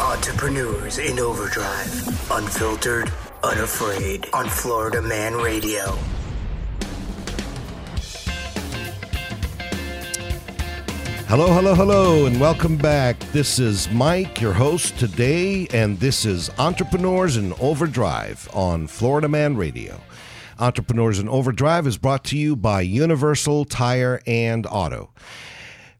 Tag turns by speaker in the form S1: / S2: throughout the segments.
S1: Entrepreneurs in Overdrive. Unfiltered, unafraid, on Florida Man Radio.
S2: Hello, hello, hello, and welcome back. This is Mike, your host today, and this is Entrepreneurs in Overdrive on Florida Man Radio. Entrepreneurs in Overdrive is brought to you by Universal Tire and Auto.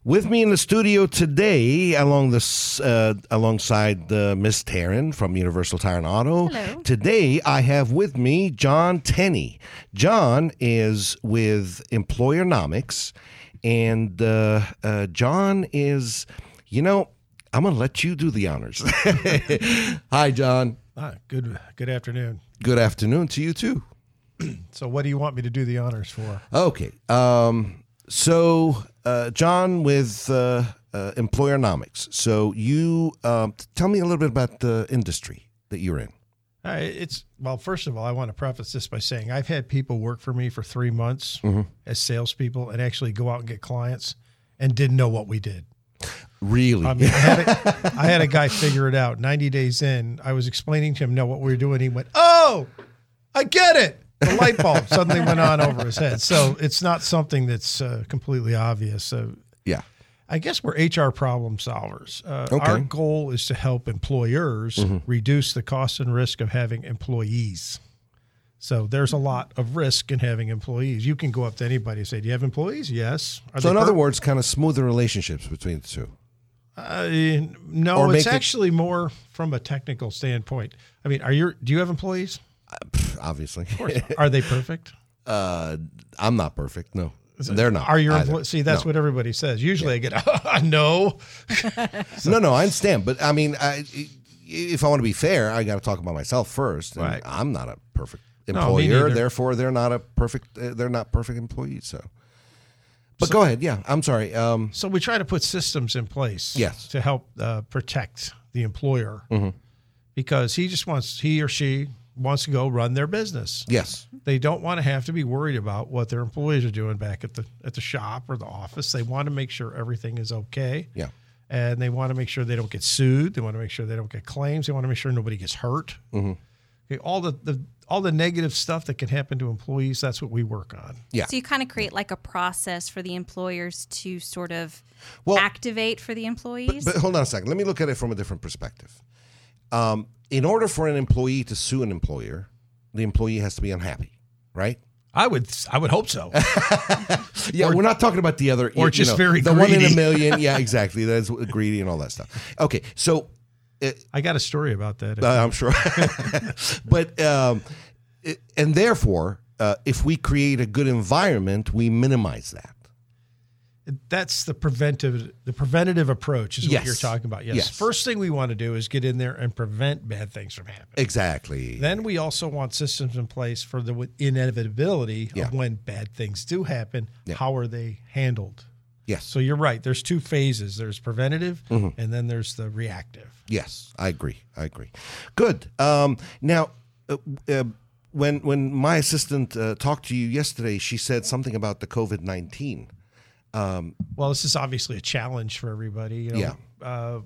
S2: With me in the studio today, along this, uh, alongside uh, Miss Taryn from Universal Tire and Auto.
S3: Hello.
S2: Today, I have with me John Tenney. John is with Employernomics, and uh, uh, John is, you know, I'm going to let you do the honors. Hi, John.
S4: Ah, good good afternoon.
S2: Good afternoon to you too.
S4: So what do you want me to do the honors for?
S2: Okay. Um, so, uh, John, with uh, uh, Employernomics, so you um, t- tell me a little bit about the industry that you're in.
S4: Uh, it's well, first of all, I want to preface this by saying I've had people work for me for three months as salespeople and actually go out and get clients and didn't know what we did.
S2: Really?
S4: I mean, I had a, I had a guy figure it out. Ninety days in, I was explaining to him no what we were doing. He went, "Oh, I get it." The light bulb suddenly went on over his head. So it's not something that's uh, completely obvious. Uh, So
S2: yeah.
S4: I guess we're HR problem solvers. Uh, Our
S2: Okay. Mm-hmm.
S4: goal is to help employers reduce the cost and risk of having employees. So there's a lot of risk in having employees. You can go up to anybody and say, "Do you have employees?" Yes. Are
S2: So,
S4: they
S2: in other
S4: per-
S2: words, kind of smoother relationships between the two.
S4: uh, no,
S2: or
S4: it's
S2: make it-
S4: actually more from a technical standpoint. I mean, are you? Do you have employees?
S2: Obviously,
S4: Of course. not. are they perfect?
S2: uh, I'm not perfect. No, they're not.
S4: Are your
S2: either.
S4: employees? See, that's
S2: No.
S4: what everybody says. Usually, I get no.
S2: No, no, I understand, but I mean, I, if I want to be fair, I got to talk about myself first. And
S4: Right.
S2: I'm not a perfect
S4: me
S2: employer,
S4: neither.
S2: therefore they're not a perfect. uh, They're not perfect employees. So, but go ahead. Yeah, I'm sorry. Um,
S4: So we try to put systems in place
S2: Yes.
S4: to help uh, protect the employer because he just wants he or she wants to go run their business.
S2: yes,
S4: They don't want to have to be worried about what their employees are doing back at the at the shop or the office. They want to make sure everything is okay.
S2: yeah,
S4: And they want to make sure they don't get sued. They want to make sure they don't get claims. They want to make sure nobody gets hurt. Okay, all the, the all the negative stuff that can happen to employees, that's what we work on.
S2: yeah.
S3: So you kind of create like a process for the employers to sort of
S2: Well-
S3: activate for the employees.
S2: But hold on a second. Let me look at it from a different perspective. Um, in order for an employee to sue an employer, the employee has to be unhappy, right?
S4: I would I would hope so.
S2: Yeah, we're not talking about the other,
S4: or
S2: you
S4: just
S2: know,
S4: very
S2: the one in a
S4: greedy.
S2: million. Yeah, exactly. That's greedy and all that stuff. Okay, so uh,
S4: I got a story about that. if
S2: Uh, I'm sure. but um, it, and therefore, uh, if we create a good environment, we minimize that.
S4: that's the preventive the preventative approach is what
S2: Yes.
S4: you're talking about. Yes.
S2: Yes.
S4: First thing we want to do is get in there and prevent bad things from happening.
S2: Exactly.
S4: Then we also want systems in place for the inevitability
S2: Yeah.
S4: of when bad things do happen.
S2: Yeah.
S4: How are they handled?
S2: yes.
S4: So you're right. There's two phases. There's preventative,
S2: Mm-hmm.
S4: and then there's the reactive.
S2: Yes, I agree. I agree. Good. Um, now, uh, uh, when when my assistant uh, talked to you yesterday, she said something about the COVID nineteen.
S4: Well, this is obviously a challenge for everybody. You know,
S2: Yeah.
S4: Uh,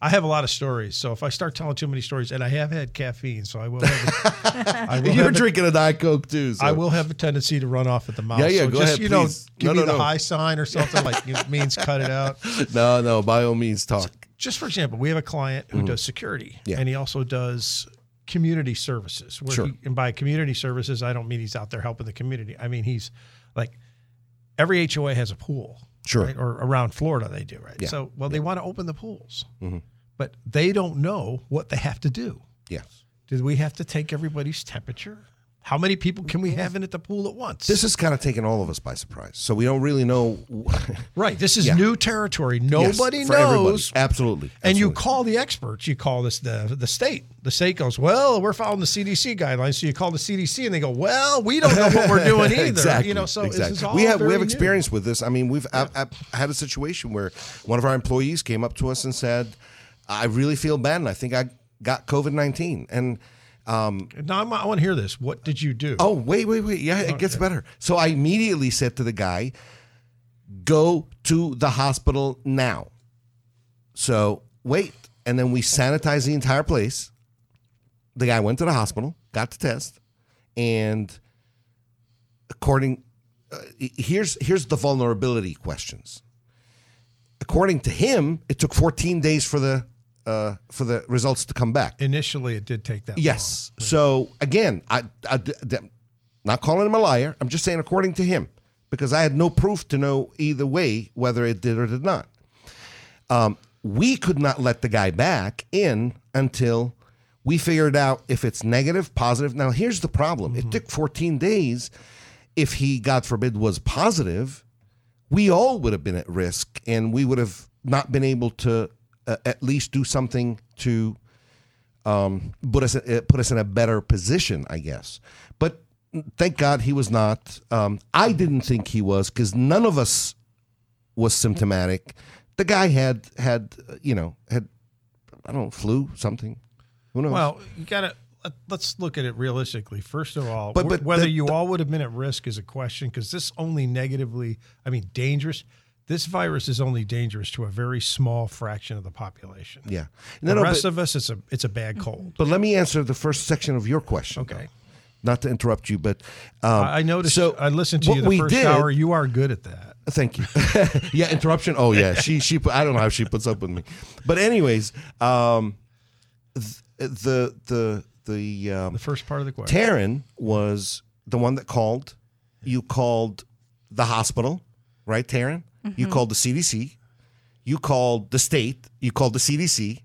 S4: I have a lot of stories, so if I start telling too many stories, and I have had caffeine, so I will. Have a, I will
S2: You're
S4: have a-
S2: drinking a diet coke too. So.
S4: I will have a tendency to run off at the mouth.
S2: Yeah, yeah,
S4: so
S2: go
S4: just,
S2: ahead,
S4: you know,
S2: please.
S4: give
S2: No,
S4: me
S2: no,
S4: the
S2: no.
S4: high sign or something like it means cut it out.
S2: No, no. By all means, talk.
S4: Just for example, we have a client who does security
S2: Mm-hmm. Yeah.
S4: and he also does community services. Where
S2: Sure.
S4: he, and by community services, I don't mean he's out there helping the community. I mean, he's like every HOA has a pool.
S2: Sure.
S4: right? Or around Florida, they do, right? So, well, they want to open the pools,
S2: Mm-hmm.
S4: but they don't know what they have to do.
S2: Yes.
S4: Do we have to take everybody's temperature? How many people can we have in at the pool at once?
S2: Mm-hmm. This is kind of taking all of us by surprise. So we don't really know.
S4: Right. This is
S2: Yeah.
S4: new territory.
S2: Yes,
S4: Nobody
S2: for everybody.
S4: knows.
S2: Absolutely.
S4: And you
S2: Absolutely.
S4: call the experts. You call this the the state. The state goes, well, we're following the CDC guidelines. So you call the CDC, and they go, well, we don't know what we're doing either.
S2: Exactly.
S4: You know, so
S2: exactly.
S4: this is all
S2: we have we
S4: very
S2: have
S4: new.
S2: experience with this. I mean, we've I've, I've had a situation where one of our employees came up to us and said, "I really feel bad, and I think I got COVID nineteen. And
S4: Now I'm, I want to hear this. What did you do?
S2: oh, wait, wait, wait, yeah, it gets better. So I immediately said to the guy, "Go to the hospital now." So wait, and then we sanitized the entire place. The guy went to the hospital, got the test, and according uh, here's here's the vulnerability questions. According to him, it took 14 days for the uh, for the results to come back.
S4: Initially, it did take that.
S2: Yes. So again, I, I d- d- not calling him a liar. I'm just saying according to him because I had no proof to know either way whether it did or did not. Um, we could not let the guy back in until we figured out if it's negative, positive. Now here's the problem: it took 14 days. If he, God forbid, was positive, we all would have been at risk, and we would have not been able to uh, at least do something to put us uh, put us in a better position, I guess. But thank God he was not. Um, I didn't think he was because none of us was symptomatic. The guy had had uh, you know had I don't know flu something. Who knows?
S4: Well, you gotta let, let's look at it realistically. First of all,
S2: But-
S4: wh-
S2: but
S4: whether
S2: the-
S4: you all would have been at risk is a question because this only negatively, I mean, dangerous. This virus is only dangerous to a very small fraction of the population.
S2: yeah.
S4: the
S2: No, no,
S4: rest
S2: but,
S4: of us, it's a it's a bad
S3: Mm-hmm.
S4: cold.
S2: but let me answer the first section of your question.
S4: Okay.
S2: though. Not to interrupt you, but um,
S4: I I noticed.
S2: so
S4: I listened to
S2: what
S4: you the
S2: we
S4: first
S2: did-
S4: hour. You are good at that.
S2: Thank you. yeah, interruption. Oh yeah, she she. put- I don't know how she puts up with me, but anyways, um, th- the the the um,
S4: The first part of the question.
S2: Taryn was the one that called. You called the hospital, right, Taryn? You
S4: Mm-hmm.
S2: called the CDC. You called the state. You called the CDC,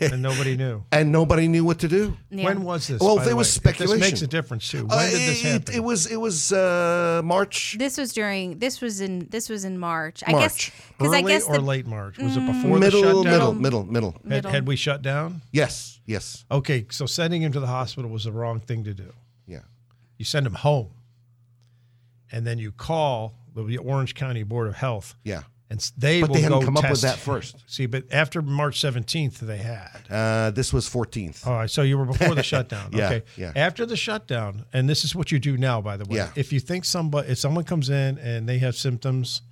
S4: and nobody knew.
S2: and nobody knew what to do.
S3: Yeah.
S4: When was this?
S2: Well,
S4: by
S2: there
S4: the
S2: was
S4: way?
S2: speculation.
S4: This makes a difference too. When
S2: Uh,
S4: did this
S2: it-
S4: happen?
S2: It, was it was uh, March.
S3: This was during. This was in. This was in March. I
S2: March.
S3: guess because
S4: Early
S3: I guess
S4: or
S3: the Mm-hmm.
S4: late March? Was it before the
S2: Middle,
S4: shutdown?
S2: middle, middle, middle.
S4: Had,
S3: middle.
S4: had we shut down?
S2: Yes, yes,
S4: Okay, so sending him to the hospital was the wrong thing to do.
S2: yeah.
S4: You send him home, and then you call the Orange County Board of Health,
S2: Yeah.
S4: and s- they
S2: But
S4: will
S2: they hadn't
S4: go
S2: come up with
S4: test
S2: that
S4: him.
S2: first.
S4: See, but after March seventeenth, they had.
S2: Uh, this was 14th.
S4: All right, so you were before the shutdown.
S2: Yeah,
S4: okay.
S2: yeah.
S4: After the shutdown, and this is what you do now, by the way.
S2: Yeah.
S4: If you think somebody, if someone comes in and they have symptoms,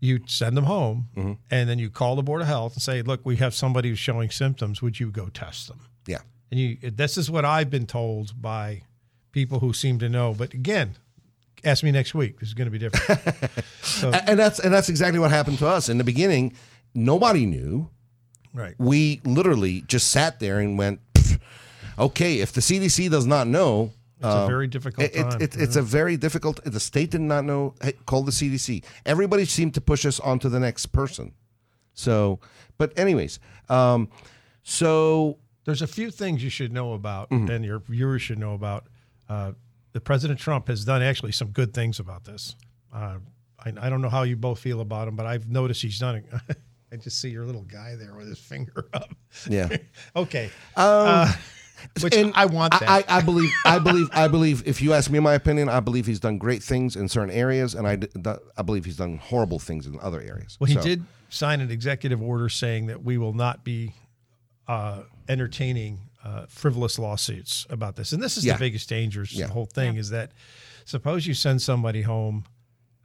S4: you send them home,
S2: Mm-hmm.
S4: and then you call the board of health and say, "Look, we have somebody who's showing symptoms. Would you go test them?"
S2: Yeah.
S4: And you, this is what I've been told by people who seem to know. But again, ask me next week. This is going to be different.
S2: A- And that's and that's exactly what happened to us in the beginning. Nobody knew.
S4: right.
S2: We literally just sat there and went, "Pff, okay, if the CDC does not know,
S4: It's a very difficult
S2: Um, it,
S4: time.
S2: it, it- it's a very difficult. The state did not know. hey, Call the CDC. Everybody seemed to push us onto the next person. So, but anyways, um, so
S4: There's a few things you should know about,
S2: Mm-hmm.
S4: and your viewers should know about. Uh, the President Trump has done actually some good things about this. Uh, I, I don't know how you both feel about him, but I've noticed he's done it. I just see your little guy there with his finger up.
S2: yeah.
S4: Okay. Uh, which
S2: Um, And
S4: I want that.
S2: I, I believe. I believe. I believe. If you ask me my opinion, I believe he's done great things in certain areas, and I, d- d- I believe he's done horrible things in other areas.
S4: well, he
S2: So,
S4: did sign an executive order saying that we will not be uh, entertaining uh, frivolous lawsuits about this. And this is
S2: Yeah.
S4: the biggest danger. to
S2: Yeah.
S4: The whole thing is that suppose you send somebody home,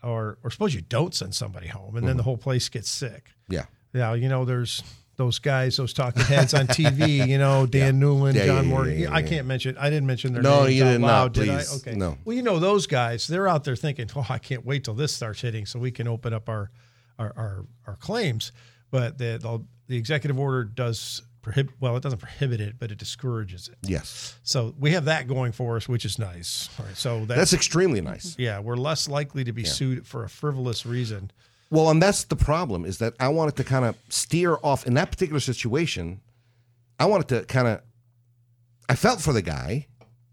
S4: or or suppose you don't send somebody home, and then
S2: Mm-hmm.
S4: the whole place gets sick.
S2: Yeah.
S4: Now you know there's those guys, those talking heads on TV. You know Dan Newman,
S2: Yeah, yeah,
S4: John
S2: yeah,
S4: Morgan.
S2: yeah, yeah,
S4: I
S2: yeah.
S4: can't mention. I didn't mention their
S2: No,
S4: names
S2: you
S4: out
S2: did not,
S4: loud, did I?
S2: please.
S4: Okay.
S2: No.
S4: Well, you know those guys. They're out there thinking, "Oh, I can't wait till this starts hitting, so we can open up our our our, our claims." But the, the the executive order does prohibit. Well, it doesn't prohibit it, but it discourages it.
S2: Yes,
S4: So we have that going for us, which is nice. All right. So that's,
S2: that's extremely nice.
S4: yeah, we're less likely to be sued for a frivolous reason.
S2: Well, and that's the problem is that I wanted to kind of steer off in that particular situation. I wanted to kind of. I felt for the guy,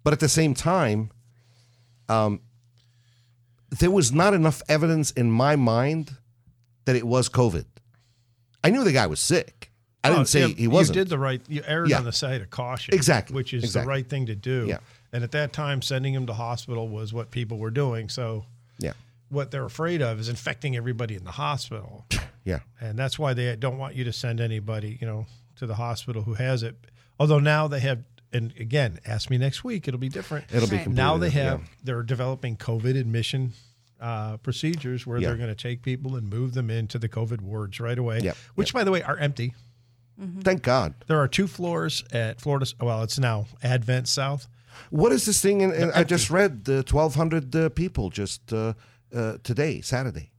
S2: but at the same time, um, there was not enough evidence in my mind that it was COVID. I knew the guy was sick. I
S4: Oh,
S2: didn't say
S4: yeah,
S2: he wasn't.
S4: You did the right. You erred
S2: Yeah.
S4: on the side of caution,
S2: Exactly,
S4: which is
S2: exactly.
S4: the right thing to do.
S2: Yeah.
S4: And at that time, sending him to hospital was what people were doing. So
S2: Yeah.
S4: what they're afraid of is infecting everybody in the hospital,
S2: Yeah.
S4: and that's why they don't want you to send anybody, you know, to the hospital who has it. Although now they have, and again, ask me next week. It'll be different.
S2: It'll be
S3: Right.
S2: completely
S4: now they
S2: different,
S4: have they're developing COVID admission uh, procedures where
S2: Yeah.
S4: they're going to take people and move them into the COVID wards right away,
S2: Yep,
S4: which by the way are empty.
S2: Thank God.
S4: There are two floors at Florida. Well, it's now Advent South.
S2: What is this thing? in- in- I just read the 1,200 uh, people just uh, uh, today, Saturday.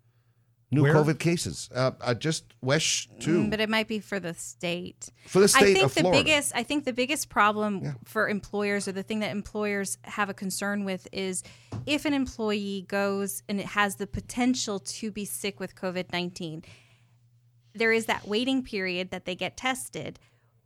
S2: New
S4: Where?
S2: COVID cases. Uh, I just Wesh too.
S3: Mm, But it might be for the state.
S2: For the
S3: I
S2: state
S3: think
S2: of
S3: the
S2: Florida.
S3: biggest I think the biggest problem for employers or the thing that employers have a concern with is if an employee goes and it has the potential to be sick with COVID-19 there is that waiting period that they get tested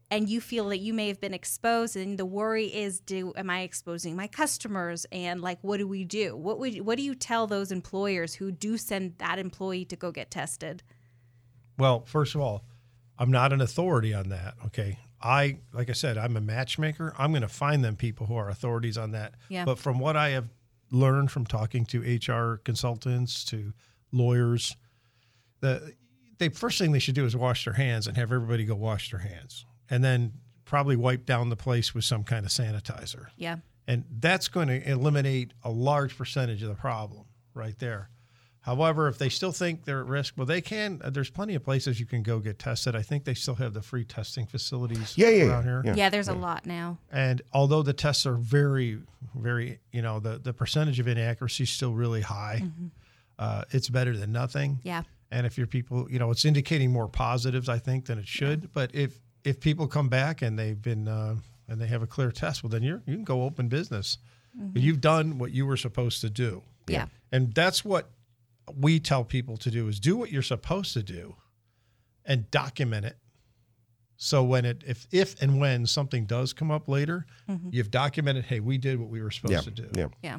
S3: and you feel that you may have been exposed and the worry is do am i exposing my customers and like what do we do what would what do you tell those employers who do send that employee to go get tested
S4: Well, first of all, I'm not an authority on that. Okay. I, like I said, I'm a matchmaker. I'm going to find them people who are authorities on that.
S3: Yeah.
S4: But from what I have learned from talking to HR consultants, to lawyers, the they first thing they should do is wash their hands and have everybody go wash their hands and then probably wipe down the place with some kind of sanitizer.
S3: yeah
S4: And that's going to eliminate a large percentage of the problem right there. However, if they still think they're at risk, well, they can. uh, There's plenty of places you can go get tested. I think they still have the free testing facilities
S2: Yeah, yeah, yeah,
S4: around here.
S2: yeah.
S3: yeah there's a lot now
S4: And although the tests are very, very, you know, the, the percentage of inaccuracy is still really high, uh, it's better than nothing.
S3: yeah
S4: And if your people, you know, it's indicating more positives, I think, than it should. But if if people come back and they've been uh, and they have a clear test, well, then you're you can go open business. You've done what you were supposed to do,
S3: Mm-hmm. yeah
S4: and that's what we tell people to do: is do what you're supposed to do, and document it. So when it if if and when something does come up later,
S3: Mm-hmm.
S4: you've documented. Hey, we did what we were supposed
S2: Yeah.
S4: to do.
S2: Yeah.
S3: Yeah.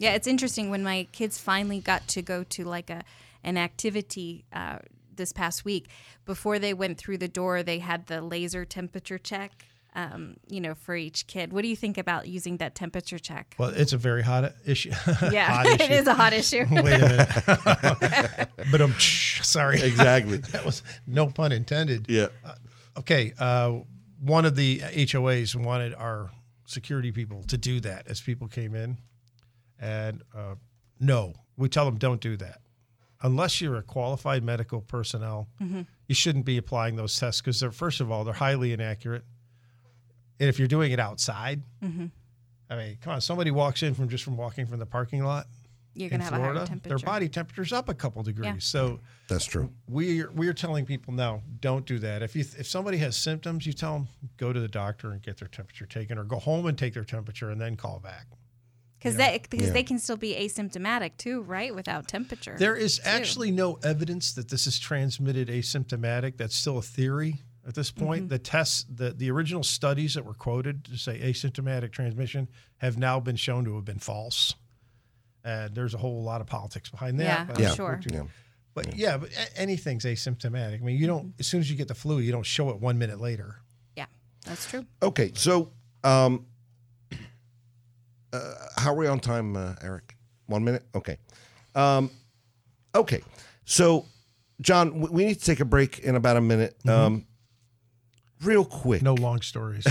S3: Yeah, it's interesting when my kids finally got to go to like a an activity uh, this past week. Before they went through the door, they had the laser temperature check. Um, you know, for each kid. What do you think about using that temperature check?
S4: Well, it's a very hot issue.
S3: yeah,
S4: hot
S3: it
S4: issue.
S3: is a hot issue.
S4: Wait a minute. but I'm sorry.
S2: Exactly.
S4: That was no pun intended.
S2: yeah.
S4: Okay. Uh, one of the HOAs wanted our security people to do that as people came in. And uh, no, we tell them don't do that. Unless you're a qualified medical personnel, you shouldn't be applying those tests because they're, first of all, they're highly inaccurate. And if you're doing it outside, I mean, come on, somebody walks in from just from walking from the parking lot
S3: You're
S4: in
S3: gonna have a
S4: Florida,
S3: higher temperature.
S4: their body temperature's up a couple degrees.
S3: Yeah.
S4: So
S2: That's true.
S4: we're we're telling people no, don't do that. If you if somebody has symptoms, you tell them go to the doctor and get their temperature taken, or go home and take their temperature and then call back.
S3: because that because they can still be asymptomatic too, right? Without temperature.
S4: There is actually no evidence that this is transmitted asymptomatic. That's still a theory at this point.
S3: Mm-hmm.
S4: The tests, the, the original studies that were quoted to say asymptomatic transmission have now been shown to have been false. And there's a whole lot of politics behind that.
S3: Yeah,
S4: but-
S3: I'm Yeah. sure.
S2: Yeah.
S4: But yeah, but a- anything's asymptomatic. I mean, you don't as soon as you get the flu, you don't show it one minute later.
S3: yeah, that's true.
S2: Okay. So, um, uh, how are we on time, uh, Eric? One minute. Okay. Um, okay. So, John, w- we need to take a break in about a minute.
S4: Mm-hmm.
S2: Um, real quick.
S4: No long stories.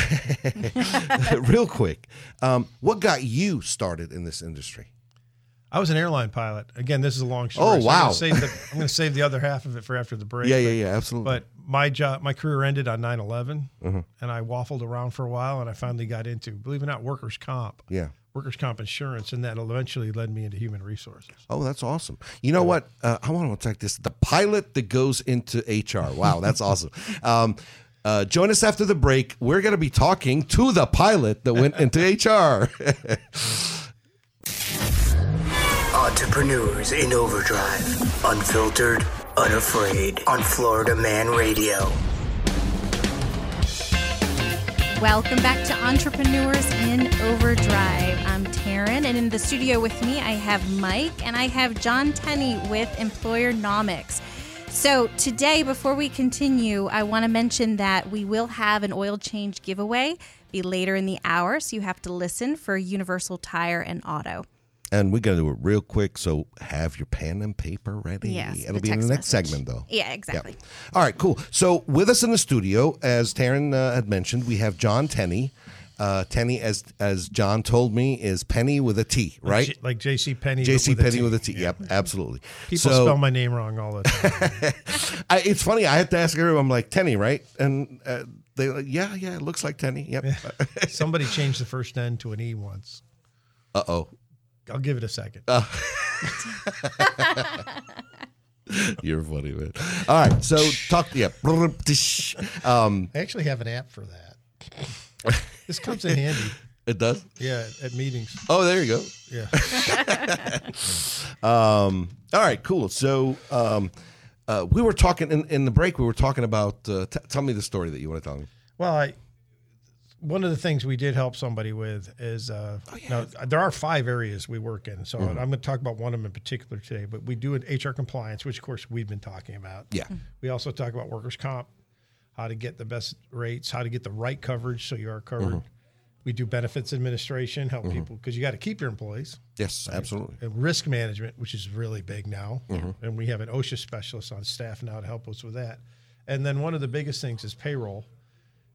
S2: real quick. Um, what got you started in this industry?
S4: I was an airline pilot. Again, this is a long story.
S2: Oh,
S4: so I'm
S2: wow.
S4: gonna save the, I'm going to save the other half of it for after the break.
S2: yeah. Yeah. Absolutely. Mm-hmm.
S4: But my job, my career ended on 9/11, and I waffled around for a while, and I finally got into, believe it or not, workers' comp.
S2: yeah.
S4: Workers' comp insurance, and that eventually led me into human resources.
S2: Oh, that's awesome. You know what? Uh, I want to attack this. The pilot that goes into HR. Wow, that's awesome. Um, uh, join us after the break. We're going to be talking to the pilot that went into HR.
S1: Entrepreneurs in overdrive. Unfiltered, unafraid. On Florida Man Radio.
S3: Welcome back to Entrepreneurs in Overdrive. I'm Taryn, and in the studio with me, I have Mike and I have John Tenney with Employer Nomics. So, today, before we continue, I want to mention that we will have an oil change giveaway be later in the hour, so you have to listen for Universal Tire and Auto.
S2: and we're going to do it real quick. So have your pen and paper ready.
S3: Yes,
S2: It'll
S3: the
S2: be in the
S3: text
S2: next
S3: message.
S2: segment, though.
S3: Yeah, exactly.
S2: All right, cool. So with us in the studio, as Taryn uh, had mentioned, we have John Tenney. Uh, Tenny, as as John told me, is Penny with a T, right?
S4: J- like J.C. Penny.
S2: J.C. Penny with a T. Yep, absolutely.
S4: People
S2: so,
S4: spell my name wrong all the time.
S2: I, it's funny. I have to ask everyone. I'm like Tenny, right? And uh, they, like, yeah, yeah, it looks like Tenny. Yep.
S4: Somebody changed the first N to an E once.
S2: Uh oh,
S4: I'll give it a second.
S2: you're funny, man. All right, so talk. Yeah. Um,
S4: I actually have an app for that. This comes in handy.
S2: it does.
S4: Yeah, at meetings.
S2: Oh, there you go.
S4: Yeah.
S2: Um, all right, cool. So um, uh, we were talking in, in the break. We were talking about. Uh, t- tell me the story that you want to tell me.
S4: Well, I one of the things we did help somebody with is uh, now, there are five areas we work in. So I'm going to talk about one of them in particular today. But we do an HR compliance, which of course we've been talking about.
S2: Yeah.
S4: We also talk about workers' comp, how to get the best rates, how to get the right coverage so you are covered. We do benefits administration, help people because you got to keep your employees.
S2: Yes, absolutely.
S4: And uh, risk management, which is really big now. And we have an OSHA specialist on staff now to help us with that. And then one of the biggest things is payroll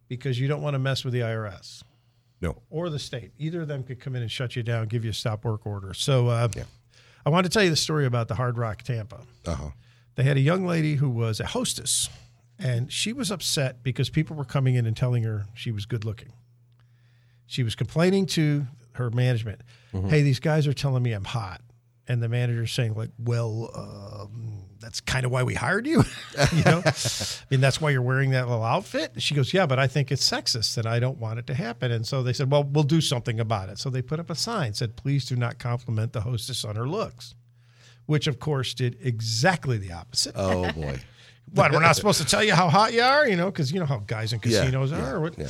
S4: because you don't want to mess with the IRS
S2: No.
S4: or the state. Either of them could come in and shut you down, give you a stop work order. So uh, I want to tell you the story about the Hard Rock Tampa.
S2: Uh huh.
S4: They had a young lady who was a hostess, and she was upset because people were coming in and telling her she was good looking. She was complaining to her management, "Hey, these guys are telling me I'm hot," and the manager's saying, "Like, well, um, that's kind of why we hired you, you know? I mean, that's why you're wearing that little outfit." She goes, "Yeah, but I think it's sexist, and I don't want it to happen." And so they said, "Well, we'll do something about it." So they put up a sign said, "Please do not compliment the hostess on her looks." Which of course did exactly the opposite
S2: Oh boy.
S4: what we're not supposed to tell you how hot you are, you know, because you know how guys in
S2: Yeah,
S4: casinos
S2: yeah,
S4: are. What-
S2: yeah.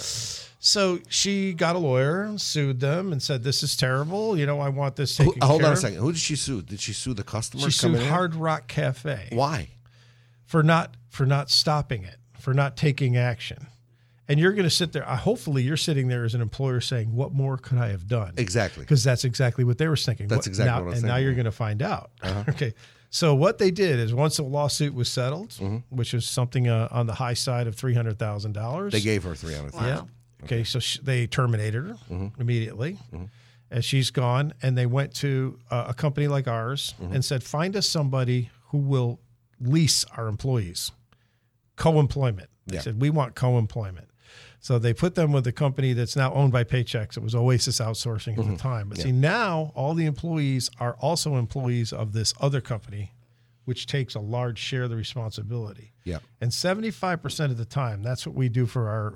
S4: So she got a lawyer, and sued them, and said, "This is terrible. You know, I want this
S2: Who,
S4: taken."
S2: hold
S4: care
S2: on a
S4: of."
S2: second. Who did she sue? Did she sue the customers?
S4: She sued
S2: coming in?
S4: Hard Rock Cafe
S2: Why?
S4: for not for not stopping it, for not taking action. And you're going to sit there. I hopefully, you're sitting there as an employer saying, "What more could I have done?"
S2: Exactly.
S4: because that's exactly what they were thinking.
S2: That's exactly
S4: now-
S2: what I was
S4: And now
S2: thinking,
S4: you're
S2: yeah. Uh-huh.
S4: going to find out. okay. So what they did is once the lawsuit was settled,
S2: Mm-hmm.
S4: which was something uh, on the high side of three hundred thousand dollars,
S2: They gave her three hundred.
S4: Yeah. Okay. So sh they terminated her immediately, and she's gone. And they went to uh, a company like ours and said, "Find us somebody who will lease our employees, co-employment." They
S2: Yeah.
S4: said, "We want co-employment." So they put them with a company that's now owned by Paychex. It was Oasis Outsourcing
S2: Mm-hmm.
S4: at the time, but see now all the employees are also employees of this other company, which takes a large share of the responsibility.
S2: Yeah.
S4: And 75% of the time, that's what we do for our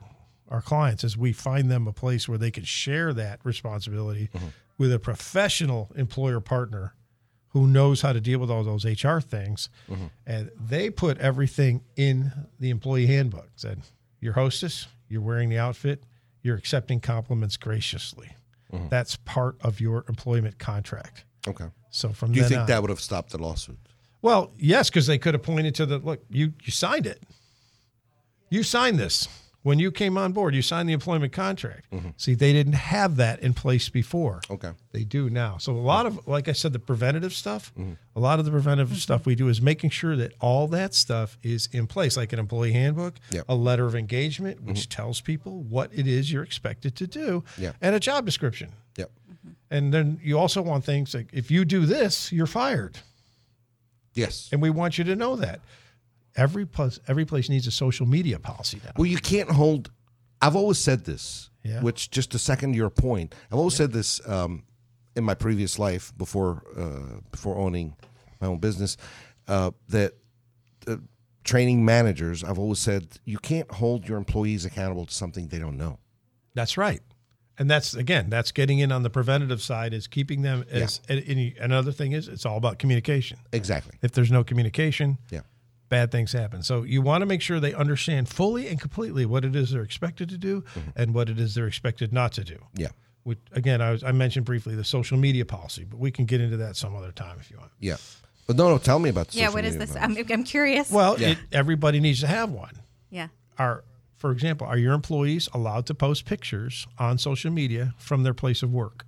S4: our clients is we find them a place where they can share that responsibility
S2: Mm-hmm.
S4: with a professional employer partner who knows how to deal with all those HR things.
S2: Mm-hmm.
S4: And they put everything in the employee handbook. Said, your hostess, you're wearing the outfit, you're accepting compliments graciously.
S2: Mm-hmm.
S4: That's part of your employment contract.
S2: Okay.
S4: So from
S2: Do you
S4: then uh,
S2: think
S4: on-
S2: that would have stopped the lawsuit?
S4: well, yes, because they could have pointed to the look. You you signed it. You signed this when you came on board. You signed the employment contract. See, they didn't have that in place before.
S2: Mm-hmm. Okay.
S4: They do now. So a lot of, like I said, the preventative stuff.
S2: Mm-hmm.
S4: A lot of the preventative stuff we do is making sure that all that stuff is in place, like an employee handbook,
S2: Yep. Mm-hmm.
S4: a letter of engagement, which tells people what it is you're expected to do,
S2: Yeah.
S4: and a job description.
S2: Yep.
S4: And then you also want things like if you do this, you're fired.
S2: Yes.
S4: And we want you to know that. Every place, every place needs a social media policy now.
S2: Well, you can't hold. I've always said this,
S4: Yeah.
S2: which just to second your point, I've always said this um, in my previous life before uh, before owning my own business uh, that uh, training managers. I've always said you can't hold your employees accountable to something they don't know.
S4: That's right. And that's again, that's getting in on the preventative side is keeping them as and, and you- another thing is it's all about communication.
S2: Exactly.
S4: If there's no communication,
S2: Yeah.
S4: bad things happen. So you want to make sure they understand fully and completely what it is they're expected to do and what it is they're expected not to do.
S2: Yeah.
S4: Which again, I was I mentioned briefly the social media policy, but we can get into that some other time if you want.
S2: Yeah. But no, no. Tell me about. The
S3: yeah,
S2: social
S3: what is
S2: media
S3: this?
S2: managers.
S3: I'm, I'm curious.
S4: Well,
S2: Yeah.
S4: it, everybody needs to have one.
S3: yeah.
S4: are for example are your employees allowed to post pictures on social media from their place of work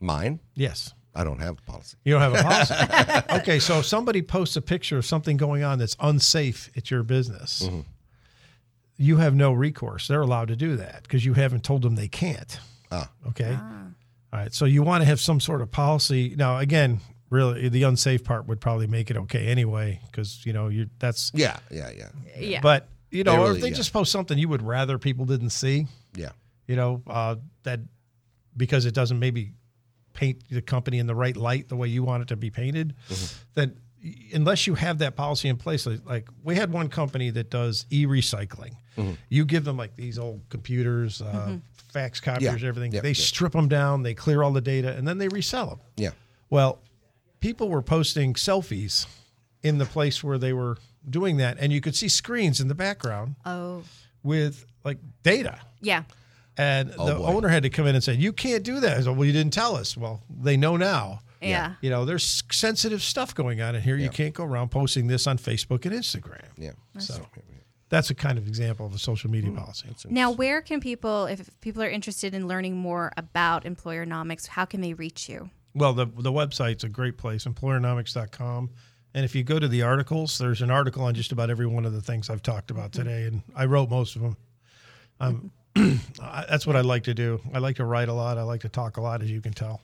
S2: Mine.
S4: yes
S2: I don't have a policy.
S4: you don't have a policy okay so
S2: Mm-hmm.
S4: if somebody posts a picture of something going on that's unsafe at your business you have no recourse. They're allowed to do that because you haven't told them they can't.
S2: Ah.
S4: Okay. All right. So you want to have some sort of policy. Now, again, really, the unsafe part would probably make it okay anyway because you know you that's.
S2: Yeah, yeah, yeah,
S3: Yeah.
S4: But you know,
S2: They
S4: or
S2: really-
S4: if they
S2: yeah.
S4: just post something you would rather people didn't see,
S2: yeah.
S4: you know, uh, that because it doesn't maybe paint the company in the right light the way you want it to be painted,
S2: Mm-hmm.
S4: then unless you have that policy in place, like, like we had one company that does e recycling.
S2: Mm-hmm.
S4: You give them like these old computers, uh, fax copiers, everything.
S2: Yeah,
S4: They
S2: yeah.
S4: strip them down, they clear all the data, and then they resell them.
S2: Yeah.
S4: Well, people were posting selfies in the place where they were doing that, and you could see screens in the background
S3: oh,
S4: with like data.
S3: yeah.
S4: And the
S2: Oh, boy.
S4: owner had to come in and say, "You can't do that." I said, "Well, you didn't tell us." Well, they know now.
S3: Yeah.
S4: You know, there's sensitive stuff going on in here. You can't go around posting this on Facebook and Instagram.
S2: Yeah. Hmm.
S4: So that's a kind of example of a social media policy.
S3: Now, where can people, if people are interested in learning more about employernomics, how can they reach you?
S4: Well, the the website's a great place, employernomics.com. And if you go to the articles, there's an article on just about every one of the things I've talked about
S2: Mm-hmm.
S4: today, and I wrote most of them. Um, I- that's what I like to do. I like to write a lot. I like to talk a lot, as you can tell.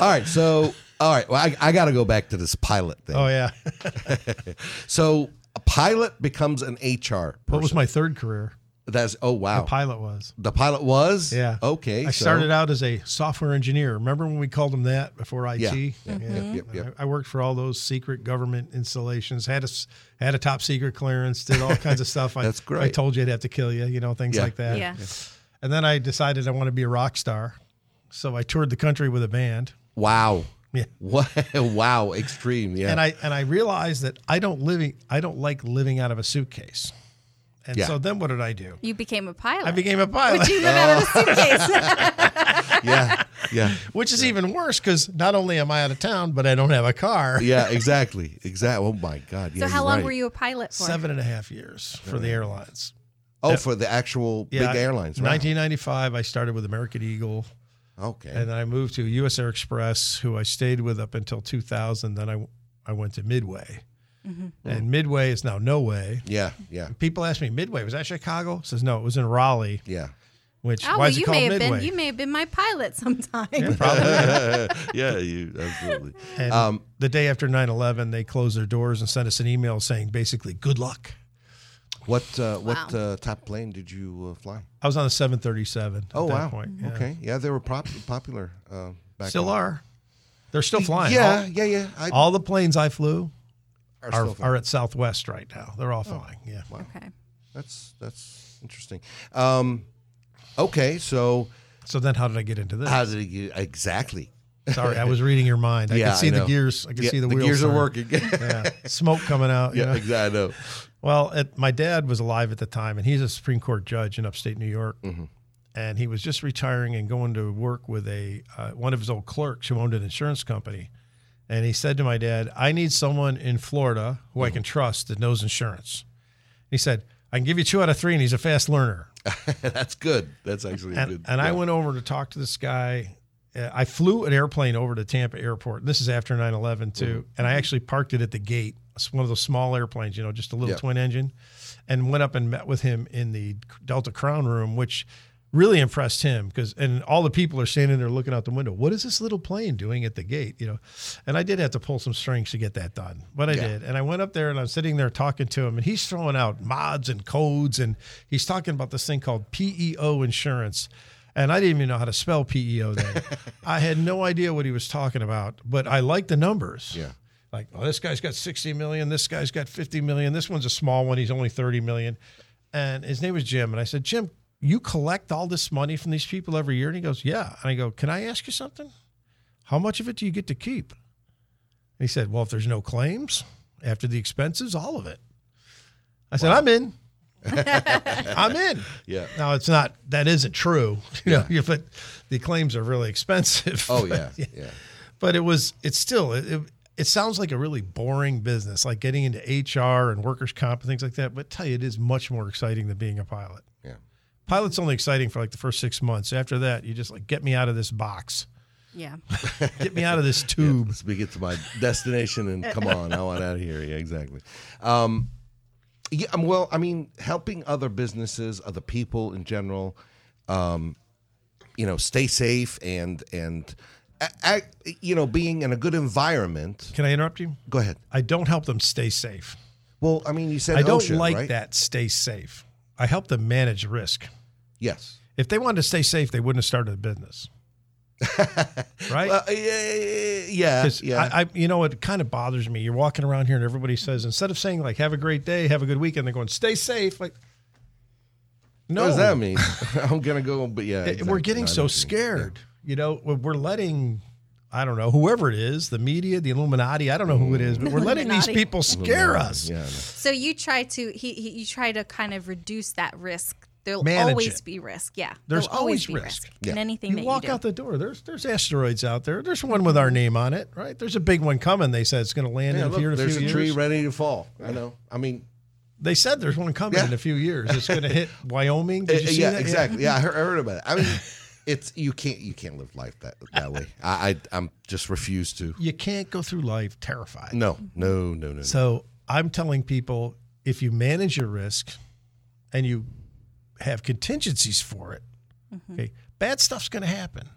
S2: All right. So, all right. Well, I, I got to go back to this pilot thing.
S4: Oh yeah.
S2: So, a pilot becomes an HR. Person.
S4: What was my third career?
S2: That's oh wow.
S4: The pilot was.
S2: The pilot was
S4: Yeah.
S2: okay.
S4: I started out as a software engineer. Remember when we called them that before IT?
S2: Yeah. Yep, yep,
S4: Yeah.
S2: yep, yep.
S4: I I worked for all those secret government installations. Had a s- had a top secret clearance. Did all kinds of stuff. I,
S2: That's great.
S4: I told you I'd have to kill you. You know things
S2: Yeah.
S4: like that.
S3: yeah.
S4: And then I decided I want to be a rock star, so I toured the country with a band.
S2: Wow.
S4: Yeah.
S2: Wow. wow. Extreme. Yeah.
S4: and I and I realized that I don't living I don't like living out of a suitcase. And
S2: Yeah.
S4: so then what did I do?
S3: You became a pilot.
S4: I became a pilot.
S3: you live out of a suitcase.
S2: yeah. Yeah.
S4: which is even worse because not only am I out of town, but I don't have a car.
S2: Yeah. Exactly. Exactly. Oh my God. Yeah,
S3: so, how
S2: you're
S3: long
S2: right.
S3: were you a pilot for?
S4: Seven and a half years for the airlines.
S2: Oh, for the actual big
S4: I-
S2: airlines. Right.
S4: 1995, I started with American Eagle,
S2: Okay.
S4: and uh, then I moved to U.S. Air Express, who I stayed with up until 2000. Then I I went to Midway,
S3: Mm-hmm.
S4: and Midway is now No Way.
S2: yeah. Yeah.
S4: People ask me, Midway was that Chicago? I says no, it was in Raleigh.
S2: Yeah.
S4: Which
S3: Oh,
S4: why
S3: well,
S4: is it
S3: you
S4: called
S3: may have
S4: Midway?
S3: been you may have been my pilot sometime.
S2: yeah. You absolutely.
S4: And
S2: Um,
S4: the day after 9/11, they closed their doors and sent us an email saying basically, "Good luck."
S2: What uh, what uh, type plane did you uh, fly?
S4: I was on the 737. At
S2: Oh
S4: that
S2: wow.
S4: Point. yeah.
S2: Okay. Yeah, they were prop- popular uh, back.
S4: Still
S2: then.
S4: are. They're still flying. Oh.
S2: Yeah. Yeah. Yeah. I,
S4: All, all the planes I flew
S2: are
S4: are,
S2: still flying. Oh,
S4: are at Southwest right now. They're all flying. Yeah.
S3: Okay.
S2: That's that's interesting. Um, okay. So
S4: So then how did I get into this?
S2: how did you exactly?
S4: Sorry, I was reading your mind. I
S2: Yeah,
S4: could see
S2: I
S4: the
S2: know.
S4: gears. I could
S2: Yeah,
S4: see the,
S2: the
S4: wheels.
S2: gears are
S4: turn.
S2: working. yeah.
S4: Yeah. Smoke coming out. you know?
S2: Exactly. I know.
S4: Well, at, my dad was alive at the time, and he's a Supreme Court judge in upstate New York. And he was just retiring and going to work with a uh, one of his old clerks who owned an insurance company. And he said to my dad, "I need someone in Florida who I can trust that knows insurance." He said, "I can give you two out of three, and he's a fast learner."
S2: that's good. That's actually
S4: and,
S2: good.
S4: and
S2: yeah.
S4: I went over to talk to this guy. Uh, I flew an airplane over to Tampa Airport. This is after 9 11, too.
S2: Mm-hmm.
S4: And I actually parked it at the gate. It's one of those small airplanes, you know, just a little
S2: Yeah.
S4: twin engine. And went up and met with him in the Delta Crown room, which really impressed him because, and all the people are standing there looking out the window. What is this little plane doing at the gate? You know, and I did have to pull some strings to get that done, but I
S2: Yeah.
S4: did. And I went up there and I'm sitting there talking to him, and he's throwing out mods and codes, and he's talking about this thing called PEO insurance. And I didn't even know how to spell PEO then. I had no idea what he was talking about, but I liked the numbers.
S2: Yeah.
S4: Like, oh, this guy's got 60 million. This guy's got 50 million. This one's a small one. He's only 30 million. And his name was Jim. And I said, Jim, you collect all this money from these people every year? And he goes, yeah. And I go, can I ask you something? How much of it do you get to keep? And he said, Well, if there's no claims after the expenses, all of it. I said, I'm in. I'm in.
S2: Yeah.
S4: Now it's not that isn't true. You know, you- but the claims are really expensive.
S2: Oh yeah. Yeah.
S4: but it was it's still it, it, it sounds like a really boring business, like getting into HR and workers' comp and things like that. But I tell you, it is much more exciting than being a pilot.
S2: Yeah.
S4: Pilot's only exciting for like the first six months. After that, you just like get me out of this box.
S3: Yeah.
S4: Get me out of this tube.
S2: Let's me get to my destination and come on. I want out of here. Yeah. Exactly. Um, Yeah, um, well, I mean, helping other businesses, other people in general, um, you know, stay safe and and a- a- you know, being in a good environment.
S4: Can I interrupt you?
S2: Go ahead.
S4: I don't help them stay safe.
S2: Well, I mean, you said
S4: I don't
S2: OSHA,
S4: like
S2: right?
S4: that stay safe. I help them manage risk.
S2: Yes.
S4: If they wanted to stay safe, they wouldn't have started a business. right?
S2: Well, yeah, yeah,
S4: 'Cause
S2: yeah.
S4: I, I, you know, it kind of bothers me. You're walking around here and everybody says, instead of saying, like, have a great day, have a good weekend, they're going, stay safe. Like, no.
S2: What does that mean? I'm gonna go, but yeah,
S4: It- We're
S2: exactly.
S4: getting
S2: No, I know
S4: so
S2: what you mean.
S4: scared. You know, we're- we're letting, I don't know, whoever it is, the media, the Illuminati, I don't know who it is, but we're letting these
S3: Illuminati.
S4: people scare us.
S2: Yeah, I know.
S3: So you try to he, he you try to kind of reduce that risk. There'll
S4: Manage
S3: always
S4: it.
S3: be risk. Yeah.
S4: There's
S3: There'll always
S4: always
S3: be
S4: risk.
S3: risk,
S2: Yeah.
S3: in anything
S4: You
S3: that
S4: walk
S3: you do.
S4: out the door. There's there's asteroids out there. There's one with our name on it, right? There's a big one coming. They said it's going to land
S2: Yeah,
S4: in
S2: look,
S4: here in a
S2: there's
S4: few
S2: a tree
S4: years.
S2: ready to fall. I know. I mean,
S4: they said there's one coming
S2: Yeah.
S4: in a few years. It's going to hit Wyoming. Did you
S2: Uh,
S4: see
S2: yeah,
S4: that?
S2: exactly. Yeah, I heard, I heard about it. I mean, it's you can't you can't live life that that way. I, I I'm just refuse to.
S4: You can't go through life terrified.
S2: No, no, no, no. no.
S4: So I'm telling people if you manage your risk and you have contingencies for it,
S3: Mm-hmm.
S4: okay, bad stuff's going to happen.